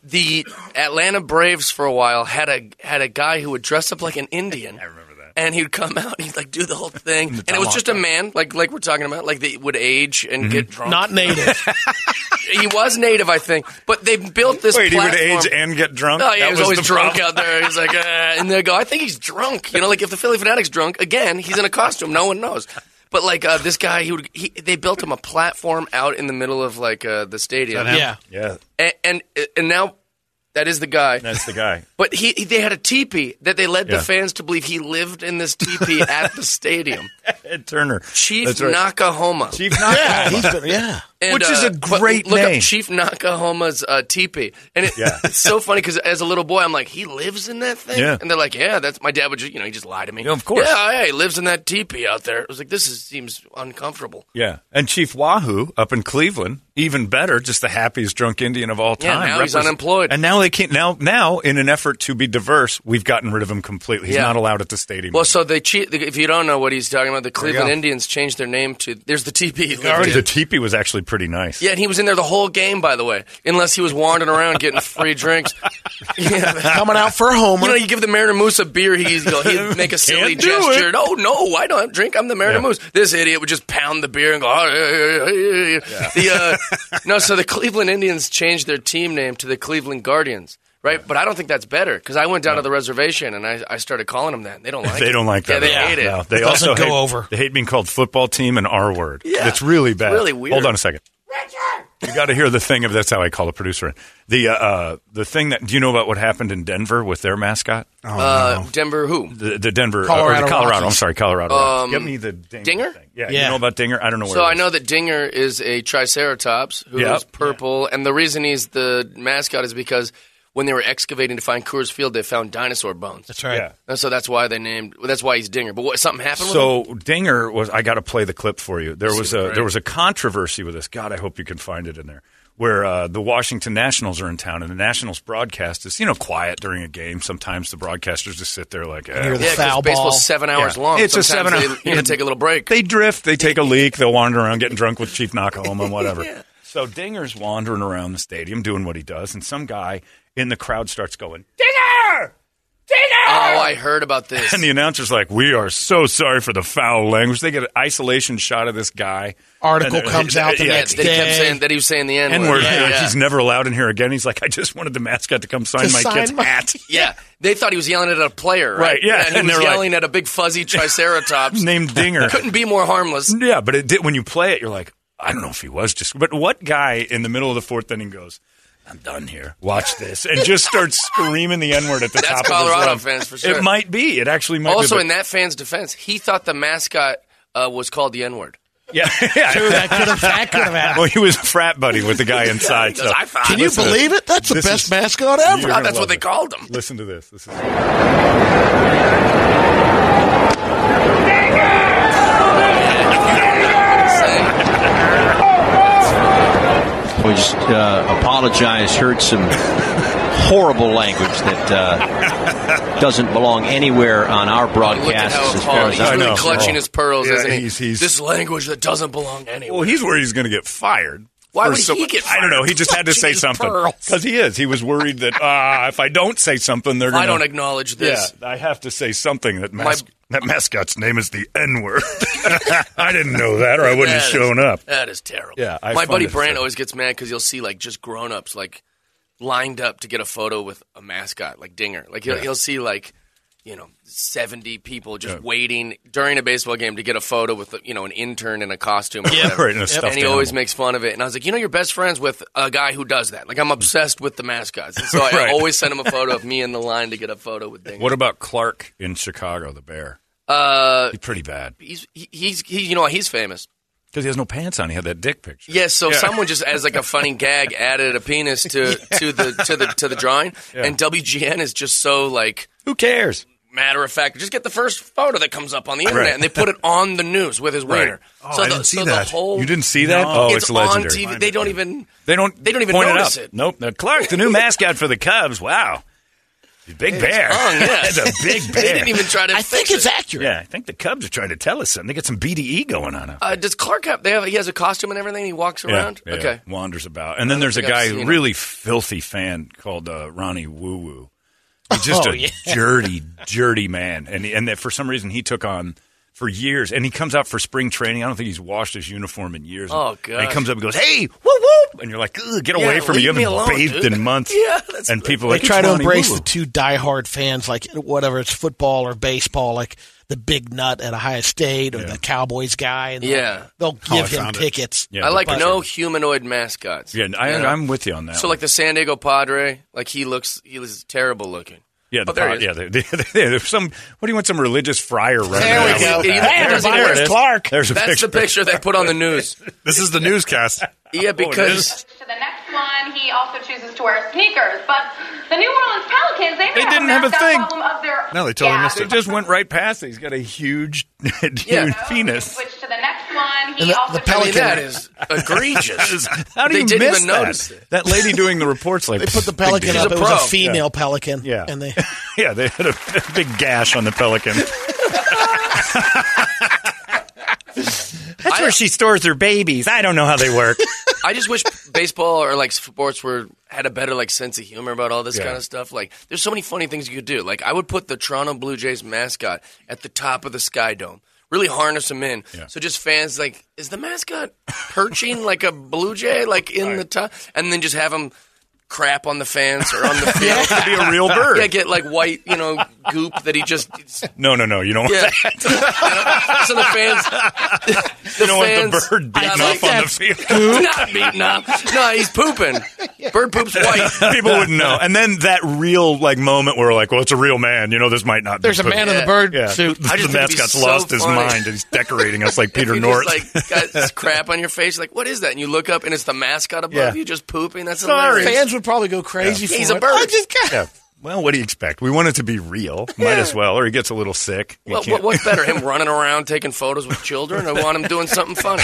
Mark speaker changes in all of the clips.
Speaker 1: the Atlanta Braves for a while had a had a guy who would dress up like an Indian. I remember that. And he'd come out, he'd like do the whole thing, and it was just a man, like like we're talking about, like they would age and get
Speaker 2: Mm-hmm.
Speaker 1: drunk.
Speaker 3: Not native.
Speaker 1: he was native, I think, but they built this.
Speaker 2: Wait,
Speaker 1: platform.
Speaker 2: he would age and get drunk.
Speaker 1: Oh,
Speaker 2: That
Speaker 1: yeah, he was, always
Speaker 2: the
Speaker 1: drunk
Speaker 2: problem?
Speaker 1: out there. He's like, uh, and they go, I think he's drunk. You know, like if the Philly fanatic's drunk again, he's in a costume. No one knows. But like uh, this guy, he would. He, they built him a platform out in the middle of like uh, the stadium,
Speaker 3: yeah.
Speaker 2: Yeah,
Speaker 1: and, and uh, and now that is the guy.
Speaker 2: that's the guy.
Speaker 1: But he, he- they had a teepee that they led
Speaker 2: Yeah.
Speaker 1: the fans to believe he lived in this teepee at the stadium.
Speaker 2: Ed Turner.
Speaker 1: Chief
Speaker 2: That's right.
Speaker 1: Nakahoma.
Speaker 2: Chief Nakahoma.
Speaker 3: He's been- yeah.
Speaker 1: And, uh,
Speaker 2: Which is a
Speaker 1: but
Speaker 2: great
Speaker 1: look
Speaker 2: name.
Speaker 1: Up Chief Nakahoma's uh, teepee, and it,
Speaker 2: Yeah.
Speaker 1: it's so funny because as a little boy, I'm like, he lives in that thing,
Speaker 2: Yeah.
Speaker 1: and they're like, yeah, that's my dad would, just, you know, he just lied to me.
Speaker 2: Yeah, of course.
Speaker 1: yeah, oh, yeah, he lives in that teepee out there. I was like, this is, seems uncomfortable.
Speaker 2: yeah, and Chief Wahoo up in Cleveland, even better. Just the happiest drunk Indian of all
Speaker 1: Yeah,
Speaker 2: time.
Speaker 1: now he's
Speaker 2: Represent-
Speaker 1: unemployed.
Speaker 2: and now they can't. Now, now, in an effort to be diverse, we've gotten rid of him completely. He's
Speaker 1: Yeah.
Speaker 2: not allowed at the stadium.
Speaker 1: Well, so they che- if you don't know what he's talking about, the
Speaker 2: you
Speaker 1: Cleveland
Speaker 2: go.
Speaker 1: Indians changed their name to. There's the teepee. he lived
Speaker 2: Already
Speaker 1: in.
Speaker 2: the teepee was actually pretty nice.
Speaker 1: Yeah, and he was in there the whole game, by the way. Unless he was wandering around getting free drinks. Yeah.
Speaker 3: Coming out for a homer.
Speaker 1: You know, you give the Mariner Moose a beer, he'd, go, he'd make a silly
Speaker 2: Can't do
Speaker 1: gesture.
Speaker 2: it.
Speaker 1: No, no, I don't drink. I'm the Mariner
Speaker 2: Yeah.
Speaker 1: Moose. This idiot would just pound the beer and go. "Ah, yeah, yeah, yeah, yeah." The, uh, no, so the Cleveland Indians changed their team name to the Cleveland Guardians. Right, but I don't think that's better because I went down to the reservation and I, I started calling them that. They don't like it.
Speaker 2: They don't like that.
Speaker 1: Yeah, they
Speaker 2: at all.
Speaker 1: hate it.
Speaker 2: No, they
Speaker 3: Doesn't
Speaker 2: also
Speaker 3: go
Speaker 2: hate-
Speaker 3: over.
Speaker 2: They hate being called football team and R word.
Speaker 1: Yeah.
Speaker 2: it's really bad.
Speaker 1: really weird.
Speaker 2: Hold on a second.
Speaker 1: Richard!
Speaker 2: You got to hear the thing of that's how I call a producer. The uh, uh, the thing that do you know about what happened in Denver with their mascot,
Speaker 4: Oh,
Speaker 1: Uh,
Speaker 4: no.
Speaker 1: Denver who?
Speaker 2: the, the Denver uh, or
Speaker 3: Colorado
Speaker 2: the Colorado?
Speaker 3: Rockies.
Speaker 2: I'm sorry, Colorado. Rockies. Give me the Dinger.
Speaker 1: Um, Dinger?
Speaker 2: Thing. Yeah, you
Speaker 3: Yeah.
Speaker 2: know about Dinger? I don't know. Where
Speaker 1: So
Speaker 2: it
Speaker 1: I
Speaker 2: is.
Speaker 1: know that Dinger is a Triceratops who is
Speaker 2: Yep.
Speaker 1: purple, and the reason he's the mascot is because when they were excavating to find Coors Field, they found dinosaur bones.
Speaker 3: That's right.
Speaker 2: Yeah.
Speaker 1: And Uh, so that's why they named. That's why he's Dinger. But what, something happened. with him?
Speaker 2: So Dinger was. I got to play the clip for you. There was a there was a controversy with this. God, I hope you can find it in there. Where uh, the Washington Nationals are in town, and the Nationals broadcast is you know quiet during a game. Sometimes the broadcasters just sit there like, eh,
Speaker 3: hear the
Speaker 1: yeah, 'cause
Speaker 3: foul ball.
Speaker 1: baseball's seven hours
Speaker 2: Yeah.
Speaker 1: long.
Speaker 2: It's a
Speaker 1: Sometimes
Speaker 2: seven hour-
Speaker 1: They, you know, take a little break.
Speaker 2: They drift. They take a leak. They'll wander around getting drunk with Chief Knockholm and whatever. So Dinger's wandering around the stadium doing what he does, and some guy in the crowd starts going, Dinger!
Speaker 1: oh, I heard about this.
Speaker 2: And the announcer's like, "We are so sorry for the foul language." They get an isolation shot of this guy.
Speaker 3: Article
Speaker 2: And- uh,
Speaker 3: comes out the
Speaker 2: yeah,
Speaker 3: next
Speaker 1: that he kept
Speaker 3: day.
Speaker 1: saying that he was saying the N
Speaker 2: N
Speaker 1: word.
Speaker 2: word.
Speaker 1: Yeah, yeah.
Speaker 2: He's never allowed in here again. He's like, "I just wanted the mascot to come sign
Speaker 3: To
Speaker 2: my
Speaker 3: sign
Speaker 2: kid's
Speaker 3: my-
Speaker 2: hat."
Speaker 1: Yeah. they thought he was yelling at a player, right?
Speaker 2: Right, yeah.
Speaker 1: and he
Speaker 2: And
Speaker 1: was
Speaker 2: they're like-
Speaker 1: yelling at a big fuzzy Triceratops.
Speaker 2: Named Dinger.
Speaker 1: Couldn't be more harmless.
Speaker 2: Yeah, but it did, when you play it, you're like, I don't know if he was just. But what guy in the middle of the fourth inning goes, I'm done here. Watch this, and just starts screaming the n word at the
Speaker 1: That's
Speaker 2: top
Speaker 1: Colorado
Speaker 2: of his lungs.
Speaker 1: fans for sure.
Speaker 2: It might be. It actually might.
Speaker 1: Also,
Speaker 2: be,
Speaker 1: in that fan's defense, he thought the mascot uh, was called the N word.
Speaker 2: that, yeah, yeah.
Speaker 3: Dude, that could have that could have happened.
Speaker 2: Well, he was a frat buddy with the guy inside. So
Speaker 1: I thought.
Speaker 3: Can you believe it? That's the
Speaker 2: this
Speaker 3: best
Speaker 2: is-
Speaker 3: mascot ever.
Speaker 2: You're gonna
Speaker 1: that's what
Speaker 2: love
Speaker 1: they
Speaker 2: it.
Speaker 1: called him.
Speaker 2: Listen to this. This is.
Speaker 1: Say,
Speaker 5: We just uh, apologize. Heard some horrible language that uh, doesn't belong anywhere on our
Speaker 1: Look at
Speaker 5: broadcasts.
Speaker 1: how
Speaker 5: as far
Speaker 1: appalled.
Speaker 5: as
Speaker 1: He's
Speaker 5: I'm
Speaker 2: I
Speaker 1: really
Speaker 2: know.
Speaker 1: clutching his pearls,
Speaker 2: Yeah,
Speaker 1: isn't he?
Speaker 2: he's- he's-
Speaker 1: This language that doesn't belong anywhere.
Speaker 2: Well, he's where he's going to get fired.
Speaker 1: Why
Speaker 2: For
Speaker 1: would he get
Speaker 2: I don't know. He just had to
Speaker 1: Clutching
Speaker 2: say
Speaker 1: his
Speaker 2: something
Speaker 1: pearls.
Speaker 2: because he is. He was worried that ah, if I don't say something, they're going.
Speaker 1: I don't acknowledge this.
Speaker 2: Yeah, I have to say something that
Speaker 1: My-
Speaker 2: mas- that mascot's name is the N word. I didn't know that, or I wouldn't have
Speaker 1: That is-
Speaker 2: shown up.
Speaker 1: That is terrible.
Speaker 2: Yeah, I
Speaker 1: my
Speaker 2: find
Speaker 1: buddy
Speaker 2: it
Speaker 1: Brand
Speaker 2: so-
Speaker 1: always gets mad because you'll see like just grown ups like lined up to get a photo with a mascot like Dinger. Like he'll, he'll see like you know seventy people just waiting during a baseball game to get a photo with you know an intern in a costume. Or whatever.
Speaker 2: right, and a stuffed
Speaker 1: he always
Speaker 2: animal.
Speaker 1: makes fun of it. And I was like, you know, you're best friends with a guy who does that. Like I'm obsessed with the mascots, and so I
Speaker 2: Right.
Speaker 1: always send him a photo of me in the line to get a photo with Dinger.
Speaker 2: What about Clark in Chicago, the bear?
Speaker 1: Uh,
Speaker 2: He's pretty bad
Speaker 1: he's he- he's he, you know he's famous.
Speaker 2: because he has no pants on. He had that dick picture.
Speaker 1: Yes, so someone just as like a funny gag added a penis to to the to the to the drawing, and WGN is just so like
Speaker 2: Who cares?
Speaker 1: matter of fact. Just get the first photo that comes up on the internet,
Speaker 2: Right.
Speaker 1: and they put it on the news with his wiener.
Speaker 4: Oh,
Speaker 1: so
Speaker 4: I
Speaker 1: the,
Speaker 4: didn't see
Speaker 1: so
Speaker 4: that.
Speaker 1: The whole,
Speaker 2: You didn't see that? Oh, it's,
Speaker 1: it's on
Speaker 2: legendary.
Speaker 1: TV. They don't even.
Speaker 2: They don't.
Speaker 1: They don't even
Speaker 2: point
Speaker 1: notice
Speaker 2: it, out.
Speaker 1: it.
Speaker 2: Nope. Now, Clark, the new mascot for the Cubs. Wow, big bear.
Speaker 1: hung, yeah.
Speaker 2: That's a big bear.
Speaker 1: They didn't even try to.
Speaker 3: I think it's accurate.
Speaker 2: Yeah, I think the Cubs are trying to tell us something. They got some BDE going on. Up.
Speaker 1: Uh, does Clark have? They have. He has a costume and everything. He walks around.
Speaker 2: Yeah, yeah,
Speaker 1: Okay.
Speaker 2: Wanders about. And then there's a
Speaker 1: think I've
Speaker 2: guy,
Speaker 1: seen him.
Speaker 2: really filthy fan called uh, Ronnie Woo Woo. He's just
Speaker 3: Oh,
Speaker 2: a
Speaker 3: yeah.
Speaker 2: dirty, dirty man. And, and that for some reason he took on for years. And he comes out for spring training. I don't think he's washed his uniform in years.
Speaker 1: Oh,
Speaker 2: And he
Speaker 1: gosh.
Speaker 2: comes up and goes, hey, whoop, whoop. And you're like, "Ugh, get away from me.
Speaker 1: leave
Speaker 2: You
Speaker 1: me
Speaker 2: haven't
Speaker 1: alone,
Speaker 2: bathed
Speaker 1: dude."
Speaker 2: in months.
Speaker 1: Yeah, that's-
Speaker 2: and people are
Speaker 3: They
Speaker 2: like,
Speaker 3: try
Speaker 2: "It's
Speaker 3: to
Speaker 2: Ronnie
Speaker 3: embrace
Speaker 2: Woo Woo."
Speaker 3: the two diehard fans, like whatever it's football or baseball, like the big nut at Ohio State or the Cowboys guy. And
Speaker 1: Yeah.
Speaker 3: they'll
Speaker 4: Oh, I
Speaker 3: give him
Speaker 4: found it.
Speaker 3: tickets.
Speaker 2: Yeah,
Speaker 1: I
Speaker 2: the
Speaker 1: like
Speaker 2: buzzer.
Speaker 1: no humanoid mascots.
Speaker 2: Yeah, I,
Speaker 1: You know?
Speaker 2: I'm with you on that.
Speaker 1: So
Speaker 2: one.
Speaker 1: like the San Diego Padre, like he looks, he was terrible looking.
Speaker 2: Yeah, the
Speaker 1: But oh, there
Speaker 2: pot-
Speaker 1: it is.
Speaker 2: yeah. They, they, they- some. What do you want? Some religious friar running
Speaker 1: There we
Speaker 2: around
Speaker 1: go.
Speaker 2: with
Speaker 1: Yeah,
Speaker 2: that?
Speaker 1: you- Hey, everybody,
Speaker 2: There it
Speaker 1: where's
Speaker 2: is.
Speaker 3: Clark?
Speaker 2: There's a
Speaker 1: That's
Speaker 2: picture. Oh,
Speaker 1: the picture they put on the news.
Speaker 4: This is the newscast.
Speaker 1: Yeah, because
Speaker 6: To the next one, he also chooses to wear sneakers. But the New Orleans Pelicans, they, may
Speaker 2: They didn't have a
Speaker 6: mascot
Speaker 2: thing.
Speaker 6: Problem of their
Speaker 4: No, they totally
Speaker 6: Yeah.
Speaker 4: missed
Speaker 2: It just went right past it. He's got a huge, huge
Speaker 1: Yeah.
Speaker 2: penis.
Speaker 6: Switch to the next one. He
Speaker 3: And the-
Speaker 6: also
Speaker 3: the
Speaker 6: chooses-
Speaker 1: I mean,
Speaker 3: Pelican-
Speaker 1: that is egregious.
Speaker 2: How do
Speaker 1: They
Speaker 2: you
Speaker 1: didn't
Speaker 2: miss
Speaker 1: even
Speaker 2: that?
Speaker 1: notice it.
Speaker 2: That lady doing the reports like
Speaker 3: They put the
Speaker 2: "Big
Speaker 3: pelican
Speaker 2: deal."
Speaker 3: up.
Speaker 1: a
Speaker 3: It was a
Speaker 1: pro.
Speaker 3: female pelican.
Speaker 2: Yeah,
Speaker 3: And they,
Speaker 2: yeah, they had a big gash on the pelican. That's where she stores her babies. I don't know how they work.
Speaker 1: I just wish baseball or like sports were had a better like sense of humor about all this
Speaker 2: Yeah.
Speaker 1: kind of stuff. Like, there's so many funny things you could do. Like, I would put the Toronto Blue Jays mascot at the top of the Sky Dome. Really harness them in.
Speaker 2: Yeah.
Speaker 1: So just fans like, is the mascot perching like a blue jay, like in the top, and then just have him crap on the fence or on the field.
Speaker 2: To be a real bird.
Speaker 1: Yeah, get like white, you know, goop that he just.
Speaker 2: No, no, no. You don't want
Speaker 1: Yeah.
Speaker 2: that.
Speaker 1: You know? So the fans. The
Speaker 2: You don't want
Speaker 1: fans,
Speaker 2: the bird beaten
Speaker 1: Yeah,
Speaker 2: up on the
Speaker 1: that's-
Speaker 2: field.
Speaker 1: Not beaten up. No, he's pooping. Bird poops white.
Speaker 2: People wouldn't know. And then that real like moment where like, well, it's a real man. You know, this might not.
Speaker 3: There's
Speaker 2: be
Speaker 3: a man in
Speaker 1: Yeah.
Speaker 3: the bird
Speaker 2: Yeah.
Speaker 3: suit.
Speaker 2: The,
Speaker 1: I just think it'd be
Speaker 2: mascot's
Speaker 1: so
Speaker 2: lost his
Speaker 1: funny.
Speaker 2: mind and he's decorating us like Peter
Speaker 1: you
Speaker 2: North.
Speaker 1: just like got this crap on your face. Like, what is that? And you look up, and it's the mascot above
Speaker 2: Yeah.
Speaker 1: you just pooping. That's
Speaker 2: Sorry.
Speaker 1: hilarious.
Speaker 3: Fans would probably go crazy for
Speaker 1: He's
Speaker 3: it.
Speaker 1: a bird.
Speaker 3: I just got
Speaker 2: yeah. Well, what do you expect? We want it to be real. Might as well. Or he gets a little sick. You
Speaker 1: Well,
Speaker 2: can't-
Speaker 1: what, what's better, him running around taking photos with children, or want him doing something funny?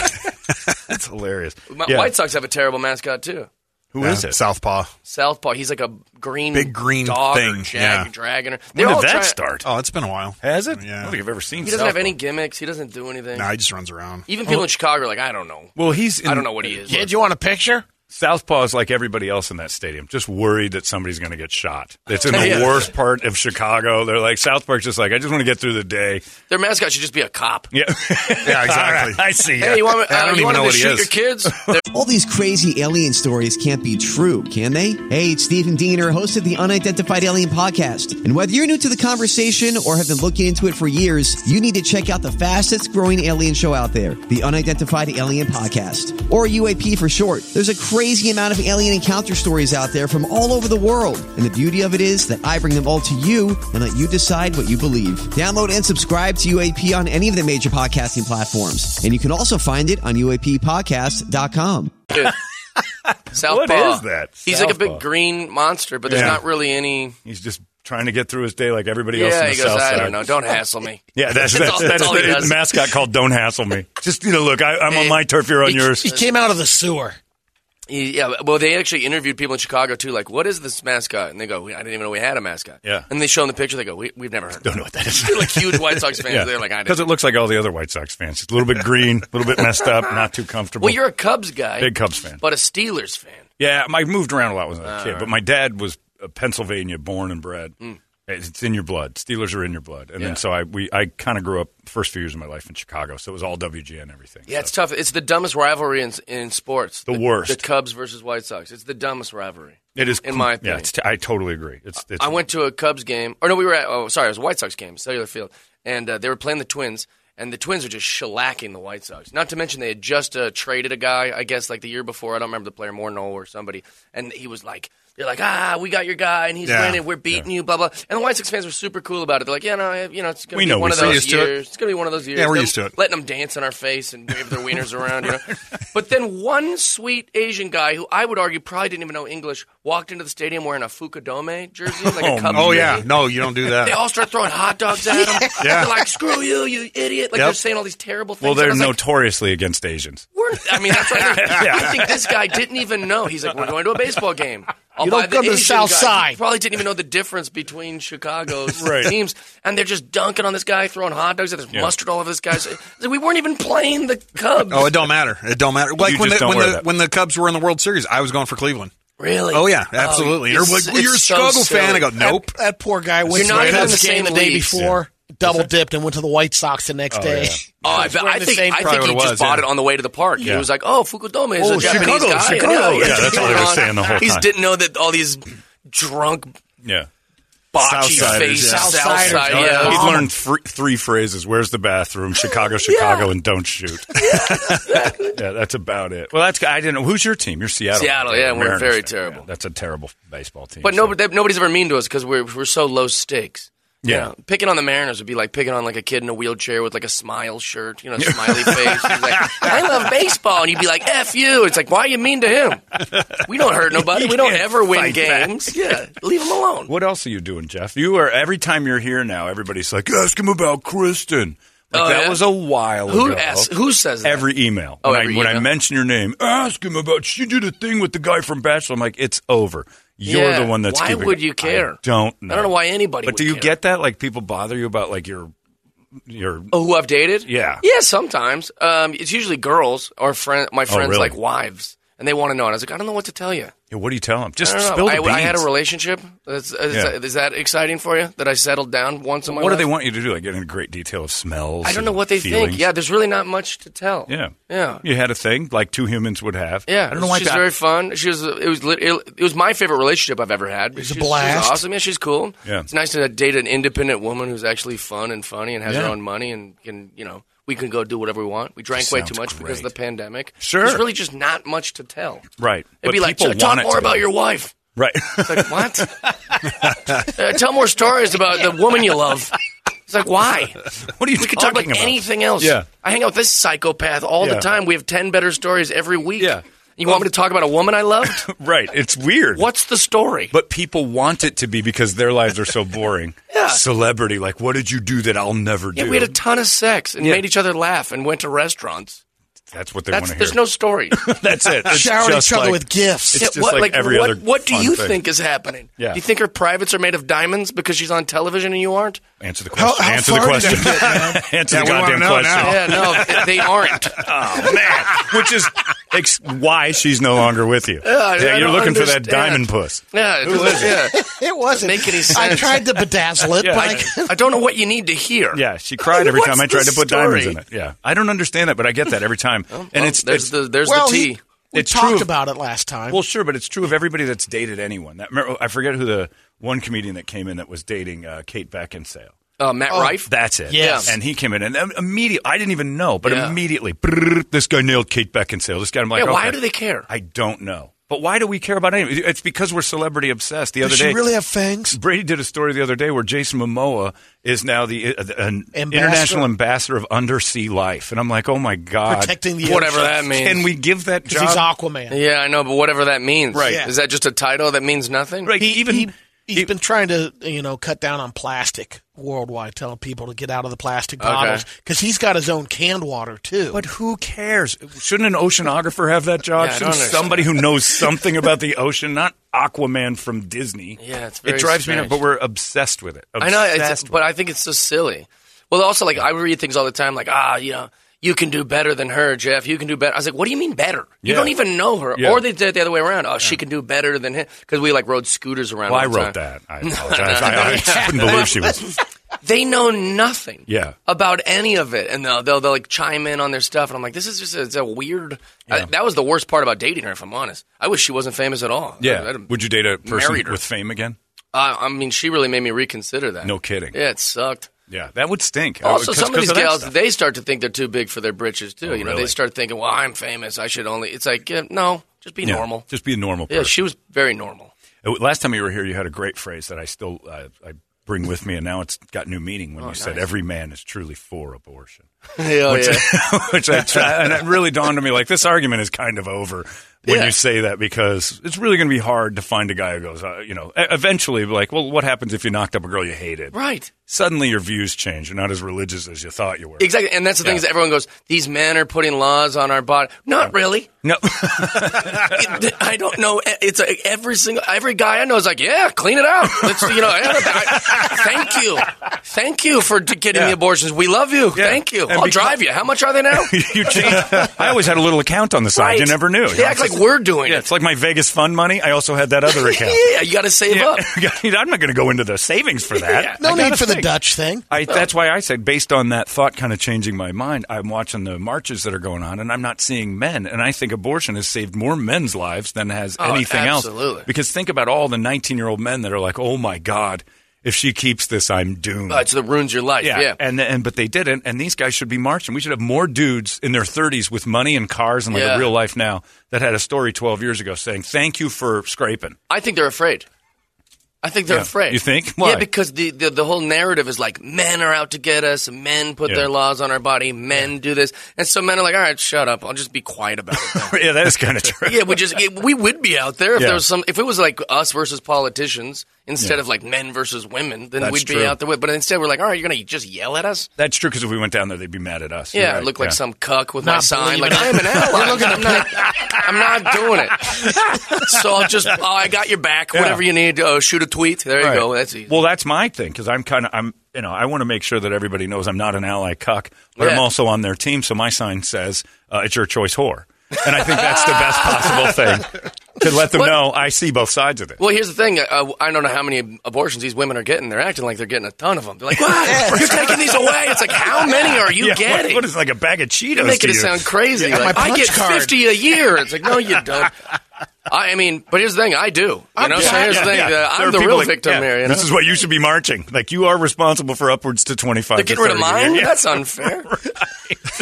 Speaker 2: That's hilarious.
Speaker 1: My,
Speaker 2: Yeah.
Speaker 1: White Sox have a terrible mascot too.
Speaker 2: Who
Speaker 4: Who is
Speaker 2: is it?
Speaker 4: Southpaw.
Speaker 1: Southpaw. He's like a green,
Speaker 4: Big green
Speaker 1: dog or
Speaker 4: thing,
Speaker 1: jag-
Speaker 4: yeah.
Speaker 1: dragon. Or, they're
Speaker 2: When did
Speaker 1: all
Speaker 2: that
Speaker 1: trying-
Speaker 2: start?
Speaker 4: Oh, it's been a while.
Speaker 2: Has it?
Speaker 4: Yeah.
Speaker 2: I don't think I've ever seen.
Speaker 1: He doesn't have
Speaker 2: Southpaw.
Speaker 1: any gimmicks. He doesn't do anything.
Speaker 4: Nah, he just runs around.
Speaker 1: Even people in Chicago are like, I don't know.
Speaker 2: Well, he's. In,
Speaker 1: I don't know what he is.
Speaker 3: Did you want a picture?
Speaker 2: Southpaw is like everybody else in that stadium, just worried that somebody's going to get shot. It's in the
Speaker 1: Yeah.
Speaker 2: worst part of Chicago. They're like South Park's just like I just want to get through the day.
Speaker 1: Their mascot should just be a cop.
Speaker 2: Yeah,
Speaker 4: Yeah, exactly.
Speaker 2: All right, I see. ya.
Speaker 1: Hey, you want, me-
Speaker 2: I
Speaker 1: uh,
Speaker 2: don't
Speaker 1: you
Speaker 2: even
Speaker 1: want
Speaker 2: know
Speaker 1: him to
Speaker 2: what he
Speaker 1: shoot your
Speaker 2: is.
Speaker 1: kids? They're-
Speaker 7: All these crazy alien stories can't be true, can they? Hey, it's Stephen Diener, host of the Unidentified Alien Podcast. And whether you're new to the conversation or have been looking into it for years, you need to check out the fastest growing alien show out there, the Unidentified Alien Podcast, or UAP for short. There's a crazy amount of alien encounter stories out there from all over the world. And the beauty of it is that I bring them all to you and let you decide what you believe. Download and subscribe to UAP on any of the major podcasting platforms. And you can also find it on UAPpodcast.com.
Speaker 1: Southpaw.
Speaker 2: is that?
Speaker 1: He's like a
Speaker 2: Southpaw.
Speaker 1: big green monster, but there's
Speaker 2: Yeah.
Speaker 1: not really any.
Speaker 2: He's just trying to get through his day like everybody else. in
Speaker 1: Yeah,
Speaker 2: the
Speaker 1: he goes.
Speaker 2: South
Speaker 1: I
Speaker 2: Side.
Speaker 1: don't know. Don't hassle me.
Speaker 2: Yeah, that's
Speaker 1: That's
Speaker 2: that's,
Speaker 1: all-
Speaker 2: that's,
Speaker 1: that's all he
Speaker 2: the
Speaker 1: does.
Speaker 2: mascot called "Don't Hassle Me." Just you know, look, I, I'm on
Speaker 1: Hey,
Speaker 2: my turf, you're on
Speaker 3: He-
Speaker 2: yours.
Speaker 3: He, came out of the sewer.
Speaker 1: He- Yeah, well, they actually interviewed people in Chicago too. Like, what is this mascot? And they go, "We- I didn't even know we had a mascot.
Speaker 2: Yeah.
Speaker 1: And they show them the picture. They go, we, we've never heard.
Speaker 2: don't know what that is.
Speaker 1: They're like huge White Sox fans.
Speaker 2: Yeah,
Speaker 1: They're like, I
Speaker 2: because
Speaker 1: didn't.
Speaker 2: it looks like all the other White Sox fans. It's a little bit green, a little bit messed up, not too comfortable.
Speaker 1: Well, you're a Cubs guy,
Speaker 2: big Cubs fan.
Speaker 1: but a Steelers fan.
Speaker 2: Yeah, I moved around a lot when I was a kid, but my dad was a Pennsylvania born and bred. It's in your blood. Steelers are in your blood, and
Speaker 1: Mm. Yeah.
Speaker 2: then so I we I kind of grew up first few years of my life in Chicago, so it was all WGN everything.
Speaker 1: Yeah, it's tough. It's the dumbest rivalry in, in sports.
Speaker 2: The worst.
Speaker 1: The Cubs versus White Sox. It's the dumbest rivalry.
Speaker 2: it is
Speaker 1: in my
Speaker 2: Yeah,
Speaker 1: opinion.
Speaker 2: it's t- I totally agree. It's, it's
Speaker 1: I went to a Cubs game, or no, we were at. Oh, sorry, it was a White Sox game, Cellular Field, and uh, they were playing the Twins, and the Twins are just shellacking the White Sox. Not to mention they had just uh, traded a guy, I guess, like the year before. I don't remember the player, Morneau or somebody, and he was like. They're like, ah, we got your guy, and he's
Speaker 4: Yeah.
Speaker 1: winning. We're beating you, blah blah. And the White Sox fans were super cool about it. They're like, yeah, no, you know, it's gonna
Speaker 2: We
Speaker 1: be
Speaker 2: know,
Speaker 1: one
Speaker 2: we're
Speaker 1: of those
Speaker 4: used to it.
Speaker 1: years. It's gonna be one of those years.
Speaker 4: Yeah, we're
Speaker 1: They're
Speaker 4: used to it.
Speaker 1: Letting them dance in our face and wave their wieners around, you know. But then one sweet Asian guy who I would argue probably didn't even know English walked into the stadium wearing a Fukudome jersey, like a Cubs
Speaker 4: Oh,
Speaker 1: jersey.
Speaker 4: yeah. No, you don't do
Speaker 1: They
Speaker 4: that.
Speaker 1: all start throwing hot dogs at him. They're like, "Screw you, you idiot!" Like
Speaker 4: Yep.
Speaker 1: they're saying all these terrible things.
Speaker 2: well,
Speaker 1: And I
Speaker 2: they're
Speaker 1: was like,
Speaker 2: notoriously against Asians.
Speaker 1: we're, I mean, that's right.
Speaker 2: Yeah.
Speaker 1: I think this guy didn't even know. He's like, "We're going to a baseball game." I'll
Speaker 3: You don't
Speaker 1: buy the
Speaker 3: come to the
Speaker 1: Asian
Speaker 3: South
Speaker 1: guy.
Speaker 3: Side.
Speaker 1: He probably didn't even know the difference between Chicago's
Speaker 2: Right.
Speaker 1: teams, and they're just dunking on this guy, throwing hot dogs. And there's
Speaker 2: Yeah.
Speaker 1: mustard all over this guy's. We weren't even playing the Cubs.
Speaker 4: Oh, it don't matter. It don't matter. Like
Speaker 2: You
Speaker 4: when
Speaker 2: just
Speaker 4: the
Speaker 2: don't
Speaker 4: when
Speaker 2: wear
Speaker 4: the
Speaker 2: that.
Speaker 4: when the Cubs were in the World Series, I was going for Cleveland.
Speaker 1: really?
Speaker 4: Oh yeah, absolutely.
Speaker 1: Oh,
Speaker 4: You're like,
Speaker 1: it's-
Speaker 4: well, you're a
Speaker 1: it's so
Speaker 4: Chicago fan.
Speaker 1: silly.
Speaker 4: I go, nope.
Speaker 3: That poor guy went
Speaker 1: You're
Speaker 3: to
Speaker 1: not
Speaker 3: the
Speaker 1: even in
Speaker 3: Cubs
Speaker 1: the
Speaker 3: game
Speaker 1: same
Speaker 3: the day
Speaker 1: leagues.
Speaker 3: before, double dipped, and went to the White Sox the next day.
Speaker 1: Oh, I,
Speaker 3: He's
Speaker 1: bet-
Speaker 3: wearing
Speaker 1: I
Speaker 3: the
Speaker 1: think
Speaker 3: same
Speaker 1: I
Speaker 3: probably
Speaker 1: think he
Speaker 4: what it
Speaker 1: just
Speaker 4: was,
Speaker 1: bought
Speaker 4: yeah.
Speaker 1: it on the way to the park.
Speaker 2: Yeah.
Speaker 1: He was like, "Oh, Fukudome is
Speaker 2: Oh,
Speaker 1: a Japanese
Speaker 2: Chicago,
Speaker 1: guy."
Speaker 2: Chicago. Yeah, that's all they were
Speaker 1: Moron.
Speaker 2: saying the whole
Speaker 1: He
Speaker 2: time.
Speaker 1: didn't know that all these drunk
Speaker 2: Yeah,
Speaker 1: botchy
Speaker 4: Southsiders,
Speaker 1: face
Speaker 4: yeah.
Speaker 1: South
Speaker 3: Southsiders,
Speaker 1: Side.
Speaker 3: yeah.
Speaker 1: Yeah,
Speaker 2: he'd learned three, three phrases: "Where's the bathroom?" "Chicago, Chicago," and "Don't shoot." yeah, that's about it. Well, that's I didn't know. Who's your team? You're Seattle.
Speaker 1: Seattle, yeah, we're
Speaker 2: Mariners
Speaker 1: very
Speaker 2: fan.
Speaker 1: terrible.
Speaker 2: Yeah, that's a terrible baseball team.
Speaker 1: but
Speaker 2: so-
Speaker 1: nobody, nobody's ever mean to us because we're we're so low stakes. You
Speaker 2: Yeah.
Speaker 1: know, picking on the Mariners would be like picking on like a kid in a wheelchair with like a smile shirt, you know, smiley face. He's like, I love baseball, and you'd be like, "F you!" It's like, why are you mean to him? We don't hurt nobody. We don't
Speaker 2: can't
Speaker 1: ever win
Speaker 2: fight back.
Speaker 1: games. Yeah, leave him alone.
Speaker 2: What else are you doing, Jeff? You are every time you're here now. Everybody's like, ask him about Kristen. Like
Speaker 1: Oh,
Speaker 2: that
Speaker 1: yeah?
Speaker 2: was a while
Speaker 1: Who
Speaker 2: ago.
Speaker 1: asks, Who says that?
Speaker 2: Every email.
Speaker 1: Oh,
Speaker 2: when
Speaker 1: every
Speaker 2: I, when I
Speaker 1: email.
Speaker 2: mention your name, ask him about. She did a thing with the guy from Bachelor. I'm like, it's over. You're
Speaker 1: Yeah.
Speaker 2: the one that's.
Speaker 1: Why
Speaker 2: keeping
Speaker 1: would
Speaker 2: it."
Speaker 1: you care?
Speaker 2: I don't know.
Speaker 1: I don't know why anybody
Speaker 2: But
Speaker 1: would
Speaker 2: do you
Speaker 1: care.
Speaker 2: get that? Like people bother you about like your your.
Speaker 1: Oh, who I've dated?
Speaker 2: Yeah.
Speaker 1: Yeah, sometimes. Um, it's usually girls or friend, my friends'
Speaker 2: Oh, really?
Speaker 1: like wives. and they want to know. And I was like, I don't know what to tell you.
Speaker 2: Yeah, what do you tell them? Just
Speaker 1: I don't know.
Speaker 2: spill the
Speaker 1: I,
Speaker 2: beans.
Speaker 1: I had a relationship. That's, is,
Speaker 2: Yeah.
Speaker 1: that, is that exciting for you? That I settled down once in my
Speaker 2: What do
Speaker 1: life?
Speaker 2: they want you to do? Like get into great detail of smells.
Speaker 1: I don't
Speaker 2: and
Speaker 1: know what they
Speaker 2: feelings?
Speaker 1: think. Yeah, there's really not much to tell.
Speaker 2: Yeah.
Speaker 1: Yeah.
Speaker 2: You had a thing like two humans would have.
Speaker 1: Yeah,
Speaker 2: I don't know why
Speaker 1: she's
Speaker 2: that-
Speaker 1: very fun. She was it was lit- it, it was my favorite relationship I've ever had. She's
Speaker 3: a blast.
Speaker 1: She's awesome. Yeah, she's cool.
Speaker 2: Yeah.
Speaker 1: it's nice to date an independent woman who's actually fun and funny and has
Speaker 2: Yeah.
Speaker 1: her own money and can you know we can go do whatever we want. We drank way
Speaker 2: Sounds
Speaker 1: too much because of the
Speaker 2: great.
Speaker 1: pandemic.
Speaker 2: Sure.
Speaker 1: there's really just not much to tell. It'd
Speaker 2: Right. But
Speaker 1: be like
Speaker 2: people
Speaker 1: "So talk
Speaker 2: want it
Speaker 1: more
Speaker 2: to
Speaker 1: about
Speaker 2: be.
Speaker 1: your wife.
Speaker 2: Right.
Speaker 1: It's like what? Uh, tell more stories about the woman you love. It's like why?
Speaker 2: what are you
Speaker 1: We could talk
Speaker 2: talking
Speaker 1: about,
Speaker 2: about?
Speaker 1: Oh, anything else.
Speaker 2: Yeah.
Speaker 1: I hang out with this psychopath all
Speaker 2: Yeah.
Speaker 1: the time. We have ten better stories every week.
Speaker 2: Yeah.
Speaker 1: You want me to talk about a woman I loved?
Speaker 2: Right. It's weird.
Speaker 1: What's the story?
Speaker 2: But people want it to be because their lives are so boring.
Speaker 1: Yeah.
Speaker 2: Celebrity, like, what did you do that I'll never
Speaker 1: yeah,
Speaker 2: do?
Speaker 1: we had a ton of sex and
Speaker 2: Yeah.
Speaker 1: made each other laugh and went to restaurants.
Speaker 2: That's what they want
Speaker 1: That's
Speaker 2: to hear.
Speaker 1: there's no story.
Speaker 2: That's it. It's
Speaker 3: Showered
Speaker 2: just
Speaker 3: each other
Speaker 2: like-
Speaker 3: with gifts.
Speaker 2: It's
Speaker 1: Yeah,
Speaker 2: just like, every
Speaker 1: what,
Speaker 2: other.
Speaker 1: What do
Speaker 2: fun
Speaker 1: you
Speaker 2: thing.
Speaker 1: think is happening?
Speaker 2: Yeah.
Speaker 1: Do you think her privates are made of diamonds because she's on television and you aren't?
Speaker 2: Answer the
Speaker 3: How-
Speaker 2: question.
Speaker 3: how
Speaker 2: Answer the
Speaker 3: far did
Speaker 2: question.
Speaker 3: that
Speaker 2: Answer
Speaker 4: Yeah,
Speaker 2: the
Speaker 4: we wanna
Speaker 2: goddamn
Speaker 4: know
Speaker 2: question.
Speaker 4: now.
Speaker 1: Yeah, no, th- they aren't.
Speaker 2: Oh man, which is ex- why she's no longer with you.
Speaker 1: I- I
Speaker 2: you're
Speaker 1: don't
Speaker 2: looking for that
Speaker 1: understand.
Speaker 2: diamond puss.
Speaker 1: Yeah,
Speaker 2: Who is it?
Speaker 1: yeah.
Speaker 3: It wasn't.
Speaker 1: Make any
Speaker 3: I
Speaker 1: sense.
Speaker 3: tried to bedazzle it,
Speaker 2: Yeah.
Speaker 3: but
Speaker 2: Like-
Speaker 3: I,
Speaker 1: I don't know what you need to hear.
Speaker 2: Yeah, she cried every
Speaker 1: What's
Speaker 2: time I tried
Speaker 1: the
Speaker 2: to put diamonds in
Speaker 1: story?
Speaker 2: it. Yeah, I don't understand that, but I get that every time.
Speaker 3: Oh,
Speaker 2: and
Speaker 1: Well,
Speaker 2: it's
Speaker 1: there's
Speaker 2: it's-
Speaker 1: the there's
Speaker 3: well,
Speaker 1: the
Speaker 3: he,
Speaker 1: tea.
Speaker 3: we
Speaker 2: It's
Speaker 3: talked
Speaker 2: true.
Speaker 3: about it last time.
Speaker 2: Well, sure, but it's true of everybody that's dated anyone. That remember- I forget who the one comedian that came in that was dating uh, Kate Beckinsale.
Speaker 1: Uh, Matt
Speaker 4: Oh.
Speaker 1: Rife.
Speaker 2: That's it.
Speaker 3: Oh, Yes.
Speaker 2: And he came in and immediately, I didn't even know, but
Speaker 1: Yeah.
Speaker 2: immediately, brrr, this guy nailed Kate Beckinsale. This guy, I'm like,
Speaker 1: yeah, why
Speaker 2: okay.
Speaker 1: do they care?
Speaker 2: I don't know. But why do we care about anything? It's because we're celebrity obsessed. The
Speaker 3: Does
Speaker 2: other
Speaker 3: she
Speaker 2: day,
Speaker 3: really have fangs?
Speaker 2: Brady did a story the other day where Jason Momoa is now the uh, an
Speaker 3: Ambassador.
Speaker 2: international ambassador of undersea life, and I'm like, oh my god,
Speaker 3: Protecting the
Speaker 1: Whatever that
Speaker 3: oceans.
Speaker 1: means.
Speaker 2: Can we give that
Speaker 3: Because
Speaker 2: job?
Speaker 3: he's Aquaman.
Speaker 1: Yeah, I know, but whatever that means.
Speaker 2: Right.
Speaker 3: Yeah.
Speaker 1: Is that just a title that means nothing?
Speaker 2: Right, he, even
Speaker 3: he, he's
Speaker 2: he-
Speaker 3: been trying to you know cut down on plastic worldwide, telling people to get out of the plastic
Speaker 1: Okay.
Speaker 3: bottles because he's got his own canned water too.
Speaker 2: But who cares? Shouldn't an oceanographer have that job?
Speaker 1: Yeah, I
Speaker 2: Shouldn't
Speaker 1: don't understand.
Speaker 2: somebody who knows something about the ocean, not Aquaman from Disney?
Speaker 1: Yeah, it's very
Speaker 2: it drives me nuts. But
Speaker 1: strange.
Speaker 2: we're obsessed with it.
Speaker 1: I know, it's,
Speaker 2: Obsessed with
Speaker 1: but I think it's so silly. Well, also, like I read things all the time, like ah, you know, you can do better than her, Jeff. You can do better. I was like, what do you mean better?
Speaker 2: Yeah.
Speaker 1: You don't even know her.
Speaker 2: Yeah.
Speaker 1: Or they did it the other way around. Oh, she can do better than him because we like rode scooters around.
Speaker 2: it. well, I
Speaker 1: all the
Speaker 2: wrote
Speaker 1: time.
Speaker 2: that. I apologize. I, I couldn't believe she was.
Speaker 1: They know nothing.
Speaker 2: Yeah.
Speaker 1: About any of it, and they'll they'll, they'll like chime in on their stuff, and I'm like, this is just a, it's a weird. I, that was the worst part about dating her, if I'm honest. I wish she wasn't famous at all. I,
Speaker 2: Yeah.
Speaker 1: I'd-
Speaker 2: Would you date a person
Speaker 1: married her.
Speaker 2: with fame again?
Speaker 1: I, I mean, she really made me reconsider that.
Speaker 2: No kidding.
Speaker 1: Yeah, it sucked.
Speaker 2: Yeah, that would stink. I would-
Speaker 1: Also,
Speaker 2: 'cause-
Speaker 1: some of
Speaker 2: 'cause
Speaker 1: these
Speaker 2: that
Speaker 1: gals,
Speaker 2: stuff.
Speaker 1: they start to think they're too big for their britches too.
Speaker 2: Oh,
Speaker 1: you know,
Speaker 2: really?
Speaker 1: they start thinking, "Well, I'm famous. I should only." It's like, yeah, no, just be
Speaker 2: Yeah,
Speaker 1: normal.
Speaker 2: Just be a normal person.
Speaker 1: Yeah, she was very normal.
Speaker 2: Uh, Last time you were here, you had a great phrase that I still uh, I bring with me, and now it's got new meaning
Speaker 1: Oh,
Speaker 2: when you said every man is truly for abortion.
Speaker 1: Hell
Speaker 2: which,
Speaker 1: yeah.
Speaker 2: which I try, and it really dawned on me like this argument is kind of over when
Speaker 1: Yeah.
Speaker 2: you say that because it's really going to be hard to find a guy who goes, uh, you know, e- eventually like, well, what happens if you knocked up a girl you hated?
Speaker 1: right.
Speaker 2: Suddenly your views change. You're not as religious as you thought you were.
Speaker 1: Exactly. And that's the thing
Speaker 2: Yeah.
Speaker 1: is, everyone goes, "These men are putting laws on our body." Not really.
Speaker 2: No,
Speaker 1: It- I don't know. E, It's like every single every guy I know is like, "Yeah, clean it out." Let's, you know. I- I- thank you, thank you for t- getting
Speaker 2: Yeah.
Speaker 1: the abortions. We love you. Thank you.
Speaker 2: And
Speaker 1: I'll
Speaker 2: because-
Speaker 1: drive you. How much are they now?
Speaker 2: you change. I always had a little account on the side. You
Speaker 1: Right.
Speaker 2: never knew. You
Speaker 1: They
Speaker 2: know,
Speaker 1: act
Speaker 2: it's
Speaker 1: like we're doing
Speaker 2: yeah,
Speaker 1: it.
Speaker 2: it's like my Vegas fund money. I also had that other account.
Speaker 1: yeah, you got to save up.
Speaker 2: I'm not going to go into the savings for that.
Speaker 1: Yeah.
Speaker 2: I
Speaker 3: no
Speaker 2: gotta
Speaker 3: need for the
Speaker 2: think.
Speaker 3: Dutch thing.
Speaker 2: I, that's why I said, based on that thought kind of changing my mind, I'm watching the marches that are going on, and I'm not seeing men. And I think abortion has saved more men's lives than has
Speaker 1: Oh,
Speaker 2: anything
Speaker 1: absolutely.
Speaker 2: else. Because think about all the 19 year old men that are like, "Oh my God, if she keeps this, I'm doomed."
Speaker 1: Uh, it's the ruins your life.
Speaker 2: yeah.
Speaker 1: yeah.
Speaker 2: and and but they didn't, and these guys should be marching. We should have more dudes in their 30s with money and cars and like
Speaker 1: Yeah.
Speaker 2: a real life now that had a story 12 years ago saying, "Thank you for scraping."
Speaker 1: I think they're afraid. I think they're
Speaker 2: Yeah.
Speaker 1: afraid.
Speaker 2: You think? Why?
Speaker 1: Yeah, because the, the the whole narrative is like men are out to get us. Men put
Speaker 2: Yeah.
Speaker 1: their laws on our body. Men do this, and so men are like, all right, shut up. I'll just be quiet about it.
Speaker 2: yeah, that is kind of true.
Speaker 1: yeah, we just yeah, we would be out there if
Speaker 2: Yeah.
Speaker 1: there was some if it was like us versus politicians instead of like men versus women, then
Speaker 2: That's
Speaker 1: we'd be
Speaker 2: true.
Speaker 1: out there. with- But instead, we're like, all right, you're gonna just yell at us.
Speaker 2: That's true because if we went down there, they'd be mad at us. You're
Speaker 1: Yeah, I
Speaker 2: right.
Speaker 1: look like
Speaker 2: Yeah.
Speaker 1: some cuck with my
Speaker 3: Not
Speaker 1: sign.
Speaker 3: believing
Speaker 1: Like
Speaker 3: it.
Speaker 1: I'm an ally. I'm, not, I'm not doing it. So I'll just. Oh, I got your back.
Speaker 2: Yeah.
Speaker 1: Whatever you need. Oh, shoot a tweet. There you
Speaker 2: Right.
Speaker 1: go. That's easy.
Speaker 2: Well, that's my thing because I'm kind of I'm you know I want to make sure that everybody knows I'm not an ally cuck, but I'm
Speaker 1: Yeah.
Speaker 2: also on their team. So my sign says uh, it's your choice whore. And I think that's the best possible thing to let them
Speaker 1: What-
Speaker 2: know I see both sides of it.
Speaker 1: Well, here's the thing. Uh, I don't know how many abortions these women are getting. They're acting like they're getting a ton of them. They're like, what? You're taking these away. It's like, how many are you
Speaker 2: Yeah, what-
Speaker 1: getting?
Speaker 2: What is it, like a bag of Cheetos?
Speaker 1: You're making
Speaker 2: to
Speaker 1: it
Speaker 2: you?
Speaker 1: sound crazy.
Speaker 2: Yeah,
Speaker 1: like,
Speaker 2: my
Speaker 1: I
Speaker 2: punch
Speaker 1: get
Speaker 2: card.
Speaker 1: 50 a year. It's like, no, you don't. I, I mean, but here's the thing. I do. You know, so here's the thing.
Speaker 2: yeah.
Speaker 1: uh,
Speaker 2: There are
Speaker 1: I'm the
Speaker 2: people
Speaker 1: real
Speaker 2: like,
Speaker 1: victim
Speaker 2: yeah,
Speaker 1: here. You know?
Speaker 2: This is what you should be marching. Like you are responsible for upwards to twenty five.
Speaker 1: They're getting rid of mine? That's unfair.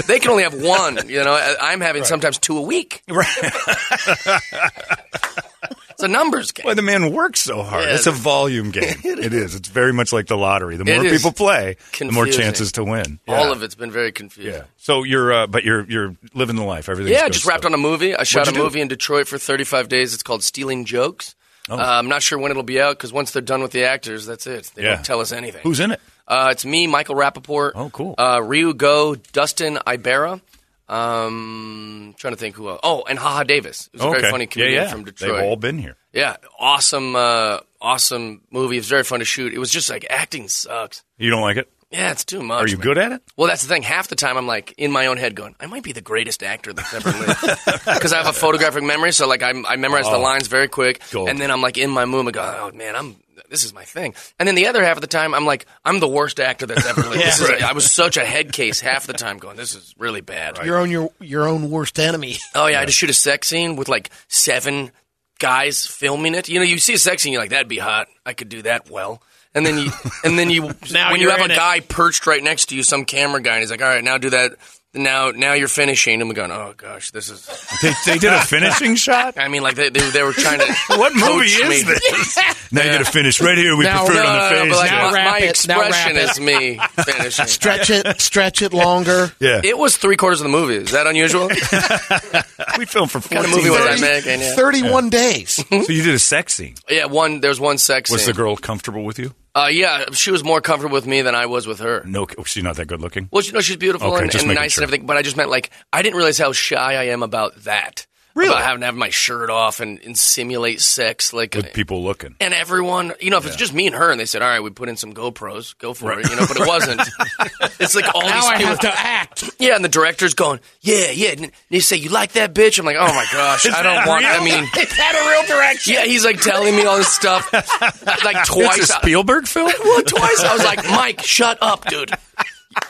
Speaker 1: They can only have one. You know, I- I'm having sometimes two a week.
Speaker 2: Right.
Speaker 1: it's a numbers game.
Speaker 2: Why the man works so hard?
Speaker 1: Yeah.
Speaker 2: it's a volume game. it is. It's very much like the lottery. The
Speaker 1: It
Speaker 2: more
Speaker 1: is
Speaker 2: people play, the more
Speaker 1: confusing.
Speaker 2: chances to win.
Speaker 1: All of it's been very confusing.
Speaker 2: Yeah. So you're, uh, but you're you're living the life. Everything.
Speaker 1: Yeah, I just wrapped on a movie. I shot
Speaker 2: What'd
Speaker 1: a
Speaker 2: you do?
Speaker 1: movie in Detroit for 35 days. It's called Stealing Jokes.
Speaker 2: Oh.
Speaker 1: Uh, I'm not sure when it'll be out because once they're done with the actors, that's it. They
Speaker 2: Yeah.
Speaker 1: don't tell us anything.
Speaker 2: Who's in it?
Speaker 1: Uh, it's me, Michael Rappaport. Oh, cool. Uh, Ryu Go, Dustin Ibera. Um, trying to think who else. Oh, and Haha Davis. Who's a very
Speaker 2: Okay.
Speaker 1: funny
Speaker 2: Yeah,
Speaker 1: comedian
Speaker 2: yeah.
Speaker 1: from
Speaker 2: They've
Speaker 1: Detroit.
Speaker 2: all been here.
Speaker 1: Yeah, awesome, uh, awesome movie. It was very fun to shoot. It was just like acting sucks.
Speaker 2: You don't like it?
Speaker 1: Yeah, it's too much.
Speaker 2: Are you
Speaker 1: man.
Speaker 2: good at it?
Speaker 1: Well, that's the thing. Half the time, I'm like in my own head, going, "I might be the greatest actor that's ever lived," because I have a photographic memory. So, like, I, I memorize the
Speaker 2: Oh.
Speaker 1: lines very quick,
Speaker 2: Gold.
Speaker 1: and then I'm like in my movement, going, "Oh man, I'm this is my thing." And then the other half of the time, I'm like, "I'm the worst actor that's ever lived." this is
Speaker 3: Right.
Speaker 1: I was such a head case half the time, going, "This is really bad."
Speaker 3: Your own your your own worst enemy.
Speaker 1: Oh yeah, I just shoot a sex scene with like seven guys filming it. You know, you see a sex scene, you're like, that'd be hot. I could do that well. And then you, and then you,
Speaker 3: Now
Speaker 1: when you
Speaker 3: you're
Speaker 1: have
Speaker 3: in
Speaker 1: a
Speaker 3: it.
Speaker 1: guy perched right next to you, some camera guy, and he's like, all right, now do that. Now, now you're finishing. And we're going, oh gosh, this is.
Speaker 2: They, they did a finishing shot.
Speaker 1: I mean, like they, they, they were trying to.
Speaker 2: What movie
Speaker 1: coach
Speaker 2: is
Speaker 1: me.
Speaker 2: this? Now you got to finish right here. We
Speaker 3: Now-
Speaker 2: prefer it
Speaker 1: No,
Speaker 2: on
Speaker 1: no,
Speaker 2: the
Speaker 1: no,
Speaker 2: face.
Speaker 1: but like
Speaker 2: Yeah.
Speaker 1: my, my
Speaker 3: wrap it, now wrap
Speaker 1: expression
Speaker 3: it.
Speaker 1: is me finishing.
Speaker 3: Stretch it, stretch it longer.
Speaker 2: yeah.
Speaker 1: It was three quarters of the movie. Is that unusual? what
Speaker 2: we filmed for 14
Speaker 1: kind of movie was I
Speaker 2: days.
Speaker 1: making? Yeah.
Speaker 3: Thirty-one days.
Speaker 2: So you did a sex scene.
Speaker 1: yeah, one. There's one sex
Speaker 2: Was
Speaker 1: scene.
Speaker 2: the girl comfortable with you?
Speaker 1: Uh, yeah, she was more comfortable with me than I was with her.
Speaker 2: No, oh, she's not that good looking.
Speaker 1: Well, she, no, she's beautiful
Speaker 2: Okay,
Speaker 1: and,
Speaker 2: just
Speaker 1: and
Speaker 2: making
Speaker 1: nice
Speaker 2: sure.
Speaker 1: and everything, but I just meant like I didn't realize how shy I am about that.
Speaker 2: Really?
Speaker 1: about having to have my shirt off and, and simulate sex, like
Speaker 2: With people looking.
Speaker 1: and everyone, you know, if it's just me and her, and they said, "All right, we put in some GoPros, go for
Speaker 2: Right.
Speaker 1: it," you know, but it wasn't. it's like all
Speaker 3: now
Speaker 1: these
Speaker 3: I
Speaker 1: people,
Speaker 3: have to act.
Speaker 1: yeah, and the director's going, "Yeah, yeah," and they say, "You like that bitch?" I'm like, "Oh my gosh, I don't want." I mean,
Speaker 3: Is that a real direction?
Speaker 1: yeah, he's like telling me all this stuff, like twice.
Speaker 2: It's a
Speaker 1: I-
Speaker 2: Spielberg film?
Speaker 1: well, twice I was like, Mike, shut up, dude.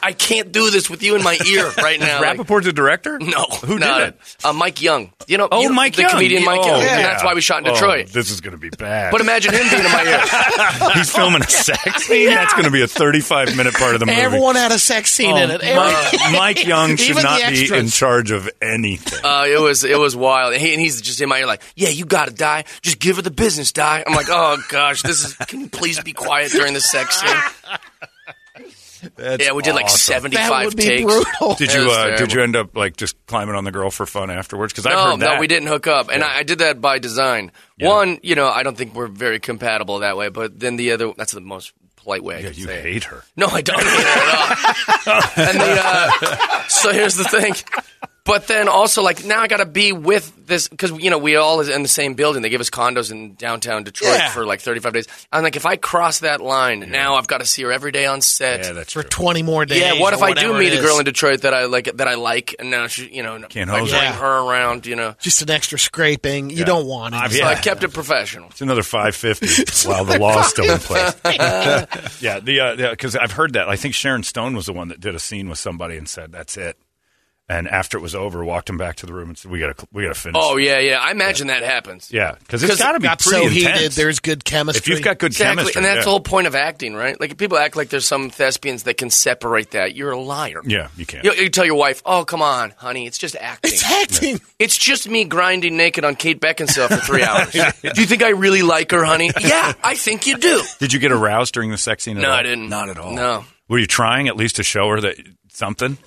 Speaker 1: I can't do this with you in my ear right now. Like,
Speaker 2: Rappaport's a director?
Speaker 1: no,
Speaker 2: Who
Speaker 1: no,
Speaker 2: did it?
Speaker 1: Uh, Mike Young. You know,
Speaker 2: Oh,
Speaker 1: you know,
Speaker 2: Mike
Speaker 1: the
Speaker 2: Young.
Speaker 1: comedian Mike
Speaker 2: Oh,
Speaker 1: Young.
Speaker 2: yeah.
Speaker 1: And that's why we shot in
Speaker 2: Oh,
Speaker 1: Detroit.
Speaker 2: this is going to be bad.
Speaker 1: but imagine him being in my ear.
Speaker 2: He's filming a sex scene. That's going to be a 35 minute part of the movie.
Speaker 3: Everyone had a sex scene in
Speaker 2: Oh,
Speaker 3: it. Every-
Speaker 2: Mike, Mike Young should
Speaker 3: Even
Speaker 2: not
Speaker 3: the
Speaker 2: be
Speaker 3: extras.
Speaker 2: in charge of anything.
Speaker 1: Uh, it was it was wild. And, he, and he's just in my ear like, yeah, you gotta die. Just give her the business, die. I'm like, oh gosh, this is. Can you please be quiet during the sex scene?
Speaker 2: That's
Speaker 1: Yeah, we did like
Speaker 2: awesome.
Speaker 1: 75
Speaker 3: that would be
Speaker 1: takes.
Speaker 3: brutal.
Speaker 2: Did
Speaker 1: It
Speaker 2: you
Speaker 1: was
Speaker 2: uh, did
Speaker 1: terrible.
Speaker 2: you end up like just climbing on the girl for fun afterwards? Because I've
Speaker 1: no,
Speaker 2: heard that.
Speaker 1: no, we didn't hook up, and I, I did that by design. One, you know, I don't think we're very compatible that way. But then the other—that's the most polite way I
Speaker 2: Yeah,
Speaker 1: can
Speaker 2: you
Speaker 1: say it.
Speaker 2: hate her.
Speaker 1: No, I don't hate her at all. and the, uh, so here's the thing. But then also, like, now I got to be with this because, you know, we all is in the same building. They give us condos in downtown Detroit
Speaker 3: Yeah.
Speaker 1: for like 35 days. I'm like, if I cross that line, now I've got to see her every day on set.
Speaker 2: Yeah, that's
Speaker 3: for
Speaker 2: true.
Speaker 3: twenty more days.
Speaker 1: Yeah, what if
Speaker 3: or
Speaker 1: I do
Speaker 3: whatever
Speaker 1: meet
Speaker 3: it
Speaker 1: a girl
Speaker 3: is.
Speaker 1: in Detroit that I like, that I like, and now she, you know,
Speaker 2: Can't
Speaker 1: I
Speaker 2: hose
Speaker 1: bring
Speaker 2: her.
Speaker 1: her around, you know?
Speaker 3: Just an extra scraping. You don't want it.
Speaker 2: I've-
Speaker 1: So
Speaker 2: Yeah.
Speaker 1: I kept it professional.
Speaker 2: It's another 550 while the law's still in place. yeah, the uh, yeah, 'cause I've heard that. I think Sharon Stone was the one that did a scene with somebody and said, "That's it." And after it was over, walked him back to the room and said, "We got to we got to finish."
Speaker 1: Oh, yeah, yeah. I imagine that happens.
Speaker 2: yeah, because it's
Speaker 1: 'Cause
Speaker 2: got to be
Speaker 3: got
Speaker 2: pretty
Speaker 3: so
Speaker 2: intense.
Speaker 3: heated. There's good chemistry.
Speaker 2: if you've got good
Speaker 1: Exactly,
Speaker 2: chemistry,
Speaker 1: and that's
Speaker 2: yeah.
Speaker 1: the whole point of acting, right? Like if people act like there's some thespians that can separate that. You're a liar.
Speaker 2: Yeah, you can't.
Speaker 1: You, you tell your wife, "Oh, come on, honey, it's just acting.
Speaker 3: it's acting.
Speaker 1: It's just me grinding naked on Kate Beckinsale for three hours. do you think I really like her, honey? yeah, I think you do.
Speaker 2: Did you get aroused during the sex scene? At
Speaker 1: No,
Speaker 2: all?
Speaker 1: I didn't.
Speaker 2: Not at all.
Speaker 1: No.
Speaker 2: Were you trying at least to show her that something?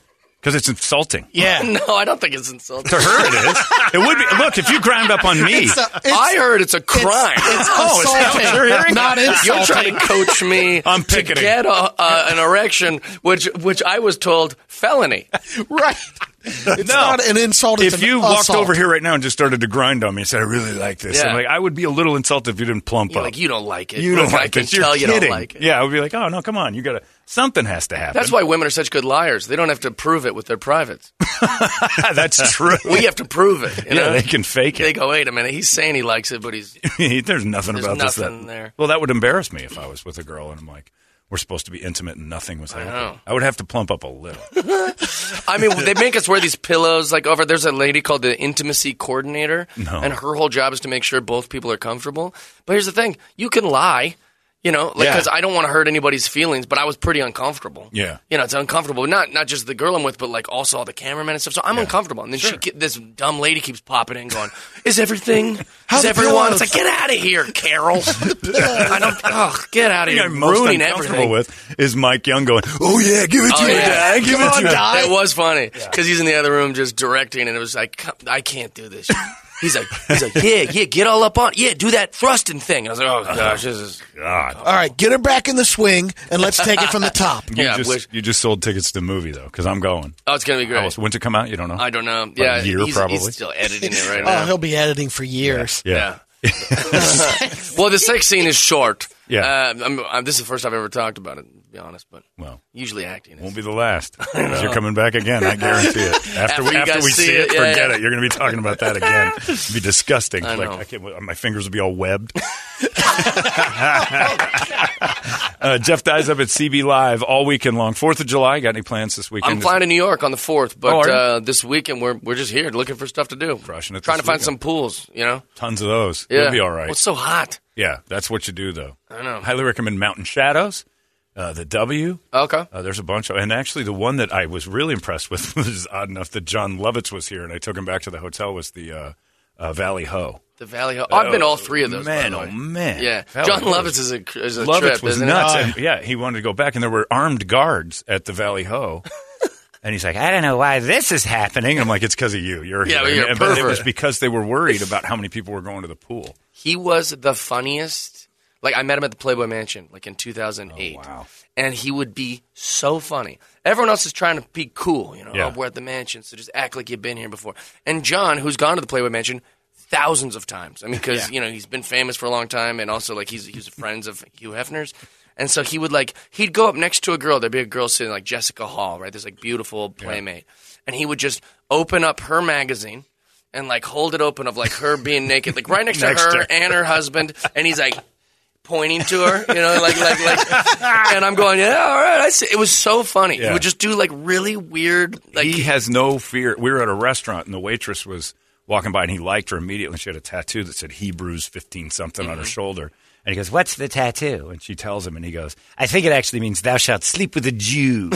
Speaker 2: Because it's insulting.
Speaker 3: Yeah.
Speaker 1: No, I don't think it's insulting.
Speaker 2: To her, it is. It would be. Look, if you ground up on me,
Speaker 3: It's a- it's-
Speaker 1: I heard it's a crime.
Speaker 3: It's
Speaker 2: Oh, is that what
Speaker 3: assaulting,
Speaker 2: you're hearing?
Speaker 3: not insulting.
Speaker 1: You're trying to coach me
Speaker 2: I'm
Speaker 1: to
Speaker 2: picketing.
Speaker 1: get a, uh, an erection, which which I was told felony.
Speaker 3: right. It's not an insult. It's
Speaker 2: if
Speaker 3: an
Speaker 2: you walked
Speaker 3: assault.
Speaker 2: over here right now and just started to grind on me and said, "I really like this,"
Speaker 1: Yeah.
Speaker 2: I'm like, I would be a little insulted if you didn't plump
Speaker 1: You're
Speaker 2: up.
Speaker 1: like you don't like it.
Speaker 2: You don't
Speaker 1: Look,
Speaker 2: like
Speaker 1: I can
Speaker 2: this. You're
Speaker 1: tell you
Speaker 2: kidding.
Speaker 1: don't like it.
Speaker 2: Yeah, I would be like, "Oh no, come on, you gotta." Something has to happen.
Speaker 1: That's why women are such good liars. They don't have to prove it with their privates.
Speaker 2: That's true.
Speaker 1: We have to prove it. you
Speaker 2: yeah,
Speaker 1: know?
Speaker 2: they can fake
Speaker 1: They
Speaker 2: it.
Speaker 1: go, wait a minute. He's saying he likes it, but he's
Speaker 2: There's nothing
Speaker 1: There's
Speaker 2: about this.
Speaker 1: nothing
Speaker 2: that-
Speaker 1: there.
Speaker 2: Well, that would embarrass me if I was with a girl and I'm like, we're supposed to be intimate and nothing was happening.
Speaker 1: know.
Speaker 2: I would have to plump up a little.
Speaker 1: I mean, they make us wear these pillows. Like over there's a lady called the intimacy coordinator,
Speaker 2: No.
Speaker 1: and her whole job is to make sure both people are comfortable. But here's the thing: you can lie, you know, like
Speaker 2: Yeah.
Speaker 1: because I don't want to hurt anybody's feelings. But I was pretty uncomfortable.
Speaker 2: Yeah.
Speaker 1: you know, it's uncomfortable. Not not just the girl I'm with, but like also all the cameramen and stuff. So I'm uncomfortable. And then she, ke- this dumb lady, keeps popping in, going, "Is everything?
Speaker 3: How's
Speaker 1: is
Speaker 3: the
Speaker 1: everyone?"
Speaker 3: pillows?
Speaker 1: It's like, get out of here, Carol. I don't. Oh, get out of
Speaker 2: thing
Speaker 1: here.
Speaker 2: I'm most
Speaker 1: ruining
Speaker 2: uncomfortable
Speaker 1: everything.
Speaker 2: with is Mike Young going, "Oh yeah, give it to
Speaker 1: Oh,
Speaker 2: me,
Speaker 1: yeah.
Speaker 2: Dad, give
Speaker 1: Come
Speaker 2: it
Speaker 1: on,
Speaker 2: to me."
Speaker 1: Doc. It was funny because he's in the other room just directing, and it was like, "Come- I can't do this. He's like, he's like, yeah, yeah, get all up on, yeah, do that thrusting thing. I was like, oh
Speaker 2: Uh-huh.
Speaker 1: gosh, this is
Speaker 2: God,
Speaker 3: All right, get her back in the swing and let's take it from the top.
Speaker 2: you
Speaker 1: yeah. I
Speaker 2: just
Speaker 1: wish-
Speaker 2: you just sold tickets to the movie though, because I'm going.
Speaker 1: oh, it's gonna be
Speaker 2: I
Speaker 1: great.
Speaker 2: was, when's it come out? You don't know.
Speaker 1: I don't know.
Speaker 2: a
Speaker 1: Yeah,
Speaker 2: year,
Speaker 1: he's, he's
Speaker 2: probably.
Speaker 1: still editing it right
Speaker 3: Oh,
Speaker 1: now.
Speaker 3: he'll be editing for years.
Speaker 2: yeah.
Speaker 1: well, the sex scene is short.
Speaker 2: Yeah.
Speaker 1: uh, I'm, I'm, this is the first I've ever talked about it. To be honest, but
Speaker 2: Well,
Speaker 1: usually acting. Is.
Speaker 2: won't be the last. 'cause You're coming back again. I guarantee it. After,
Speaker 1: After
Speaker 2: we
Speaker 1: you
Speaker 2: after
Speaker 1: guys
Speaker 2: we
Speaker 1: see
Speaker 2: see it,
Speaker 1: it, yeah,
Speaker 2: forget
Speaker 1: yeah.
Speaker 2: it. You're going to be talking about that again. It'd be disgusting.
Speaker 1: I
Speaker 2: like
Speaker 1: know.
Speaker 2: I can't. My fingers will be all webbed. uh, Jeff dies up at CB Live all weekend long. Fourth of July. Got any plans this weekend?
Speaker 1: I'm flying to New York on the fourth,
Speaker 2: Oh,
Speaker 1: but
Speaker 2: are you?
Speaker 1: uh, this weekend we're we're just here looking for stuff to do,
Speaker 2: Crushing it
Speaker 1: trying
Speaker 2: this
Speaker 1: to find
Speaker 2: weekend.
Speaker 1: some pools. You know,
Speaker 2: Tons of those.
Speaker 1: yeah,
Speaker 2: You'll be all right.
Speaker 1: Well, it's so hot.
Speaker 2: Yeah, that's what you do, though.
Speaker 1: I know.
Speaker 2: Highly recommend Mountain Shadows, uh, the W.
Speaker 1: Okay.
Speaker 2: Uh, there's a bunch of, and actually, the one that I was really impressed with was odd enough that John Lovitz was here, and I took him back to the hotel. Was the uh, uh, Valley Ho?
Speaker 1: The Valley Ho. I've been all three of those. by
Speaker 2: Man,
Speaker 1: the
Speaker 2: oh
Speaker 1: way.
Speaker 2: man!
Speaker 1: Yeah,
Speaker 2: Valley
Speaker 1: John
Speaker 2: Ho was-
Speaker 1: Lovitz is a is a
Speaker 2: Lovitz
Speaker 1: trip,
Speaker 2: was
Speaker 1: isn't
Speaker 2: nuts.
Speaker 1: it?
Speaker 2: and- yeah, he wanted to go back, and there were armed guards at the Valley Ho. And he's like, I don't know why this is happening. And I'm like, it's because of you. You're
Speaker 1: Yeah,
Speaker 2: here.
Speaker 1: but you're a
Speaker 2: And- but it
Speaker 1: pervert.
Speaker 2: was because they were worried about how many people were going to the pool.
Speaker 1: He was the funniest. Like I met him at the Playboy Mansion, like in 2008.
Speaker 2: Oh, wow.
Speaker 1: And he would be so funny. Everyone else is trying to be cool, you know.
Speaker 2: Yeah.
Speaker 1: "Oh, we're at the mansion, so just act like you've been here before. And John, who's gone to the Playboy Mansion thousands of times, I mean, because you know he's been famous for a long time, and also like he's he's friends of Hugh Hefner's. And so he would like he'd go up next to a girl. There'd be a girl sitting like Jessica Hall, right? This like beautiful playmate, and he would just open up her magazine and like hold it open of like her being naked, like right next,
Speaker 2: Next
Speaker 1: to
Speaker 2: to
Speaker 1: her
Speaker 2: her.
Speaker 1: and her husband, and he's like pointing to her, you know, like like like, and I'm going, yeah, all right, I see. It was so funny. He
Speaker 2: Yeah.
Speaker 1: would just do like really weird, like
Speaker 2: he has no fear. We were at a restaurant and the waitress was walking by and he liked her immediately. She had a tattoo that said Hebrews 15 something
Speaker 1: Mm-hmm.
Speaker 2: on her shoulder. And he goes, What's the tattoo? And she tells him and he goes, I think it actually means thou shalt sleep with a Jew.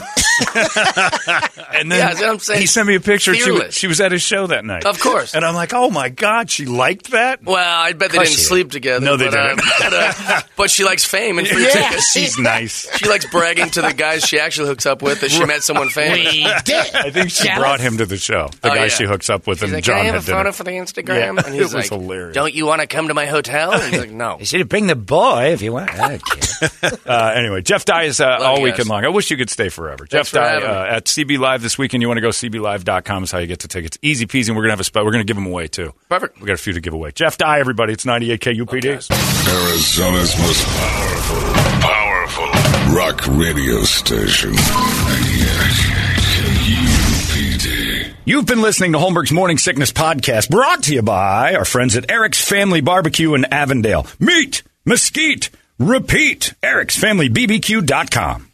Speaker 2: and then
Speaker 1: Yeah, that's what I'm saying.
Speaker 2: he sent me a picture. She was,
Speaker 1: Fearless.
Speaker 2: she was at his show that night.
Speaker 1: Of course.
Speaker 2: And I'm like, Oh my God, she liked that?
Speaker 1: Well, I bet they
Speaker 2: Course
Speaker 1: didn't
Speaker 2: she did.
Speaker 1: sleep together.
Speaker 2: No, they
Speaker 1: but, uh,
Speaker 2: didn't.
Speaker 1: but, uh, but she likes fame and free tickets.
Speaker 2: She's nice.
Speaker 1: She likes bragging to the guys she actually hooks up with that she met someone famous.
Speaker 3: We did.
Speaker 2: I think she brought him to the show. The
Speaker 1: Oh,
Speaker 2: guy
Speaker 1: yeah.
Speaker 2: she hooks up with
Speaker 1: She's
Speaker 2: and
Speaker 1: like,
Speaker 2: John
Speaker 1: Can I have
Speaker 2: had
Speaker 1: a photo
Speaker 2: dinner.
Speaker 1: for the Instagram?
Speaker 2: Yeah,
Speaker 1: and he's
Speaker 2: it was
Speaker 1: like,
Speaker 2: hilarious.
Speaker 1: Don't you want to come to my hotel? And he's like, No.
Speaker 2: said, bring the boy if you want. uh, anyway, Jeff Dye is uh, all
Speaker 1: you
Speaker 2: weekend
Speaker 1: guys.
Speaker 2: long. I wish you could stay forever. Jeff
Speaker 1: for
Speaker 2: Dye
Speaker 1: having me.
Speaker 2: uh, at CB Live this weekend. You want to go CBLive.com is how you get the tickets. Easy peasy. And we're going to have a spot. We're going to give them away, too.
Speaker 1: Perfect.
Speaker 2: we got a few to give away. Jeff Dye, everybody. It's 98K UPD.
Speaker 8: Arizona's most powerful, powerful rock radio station. 98 KUPD.
Speaker 2: You've been listening to Holmberg's Morning Sickness Podcast, brought to you by our friends at Eric's Family Barbecue in Avondale. Meet, mesquite, repeat. Eric's Family BBQ.com.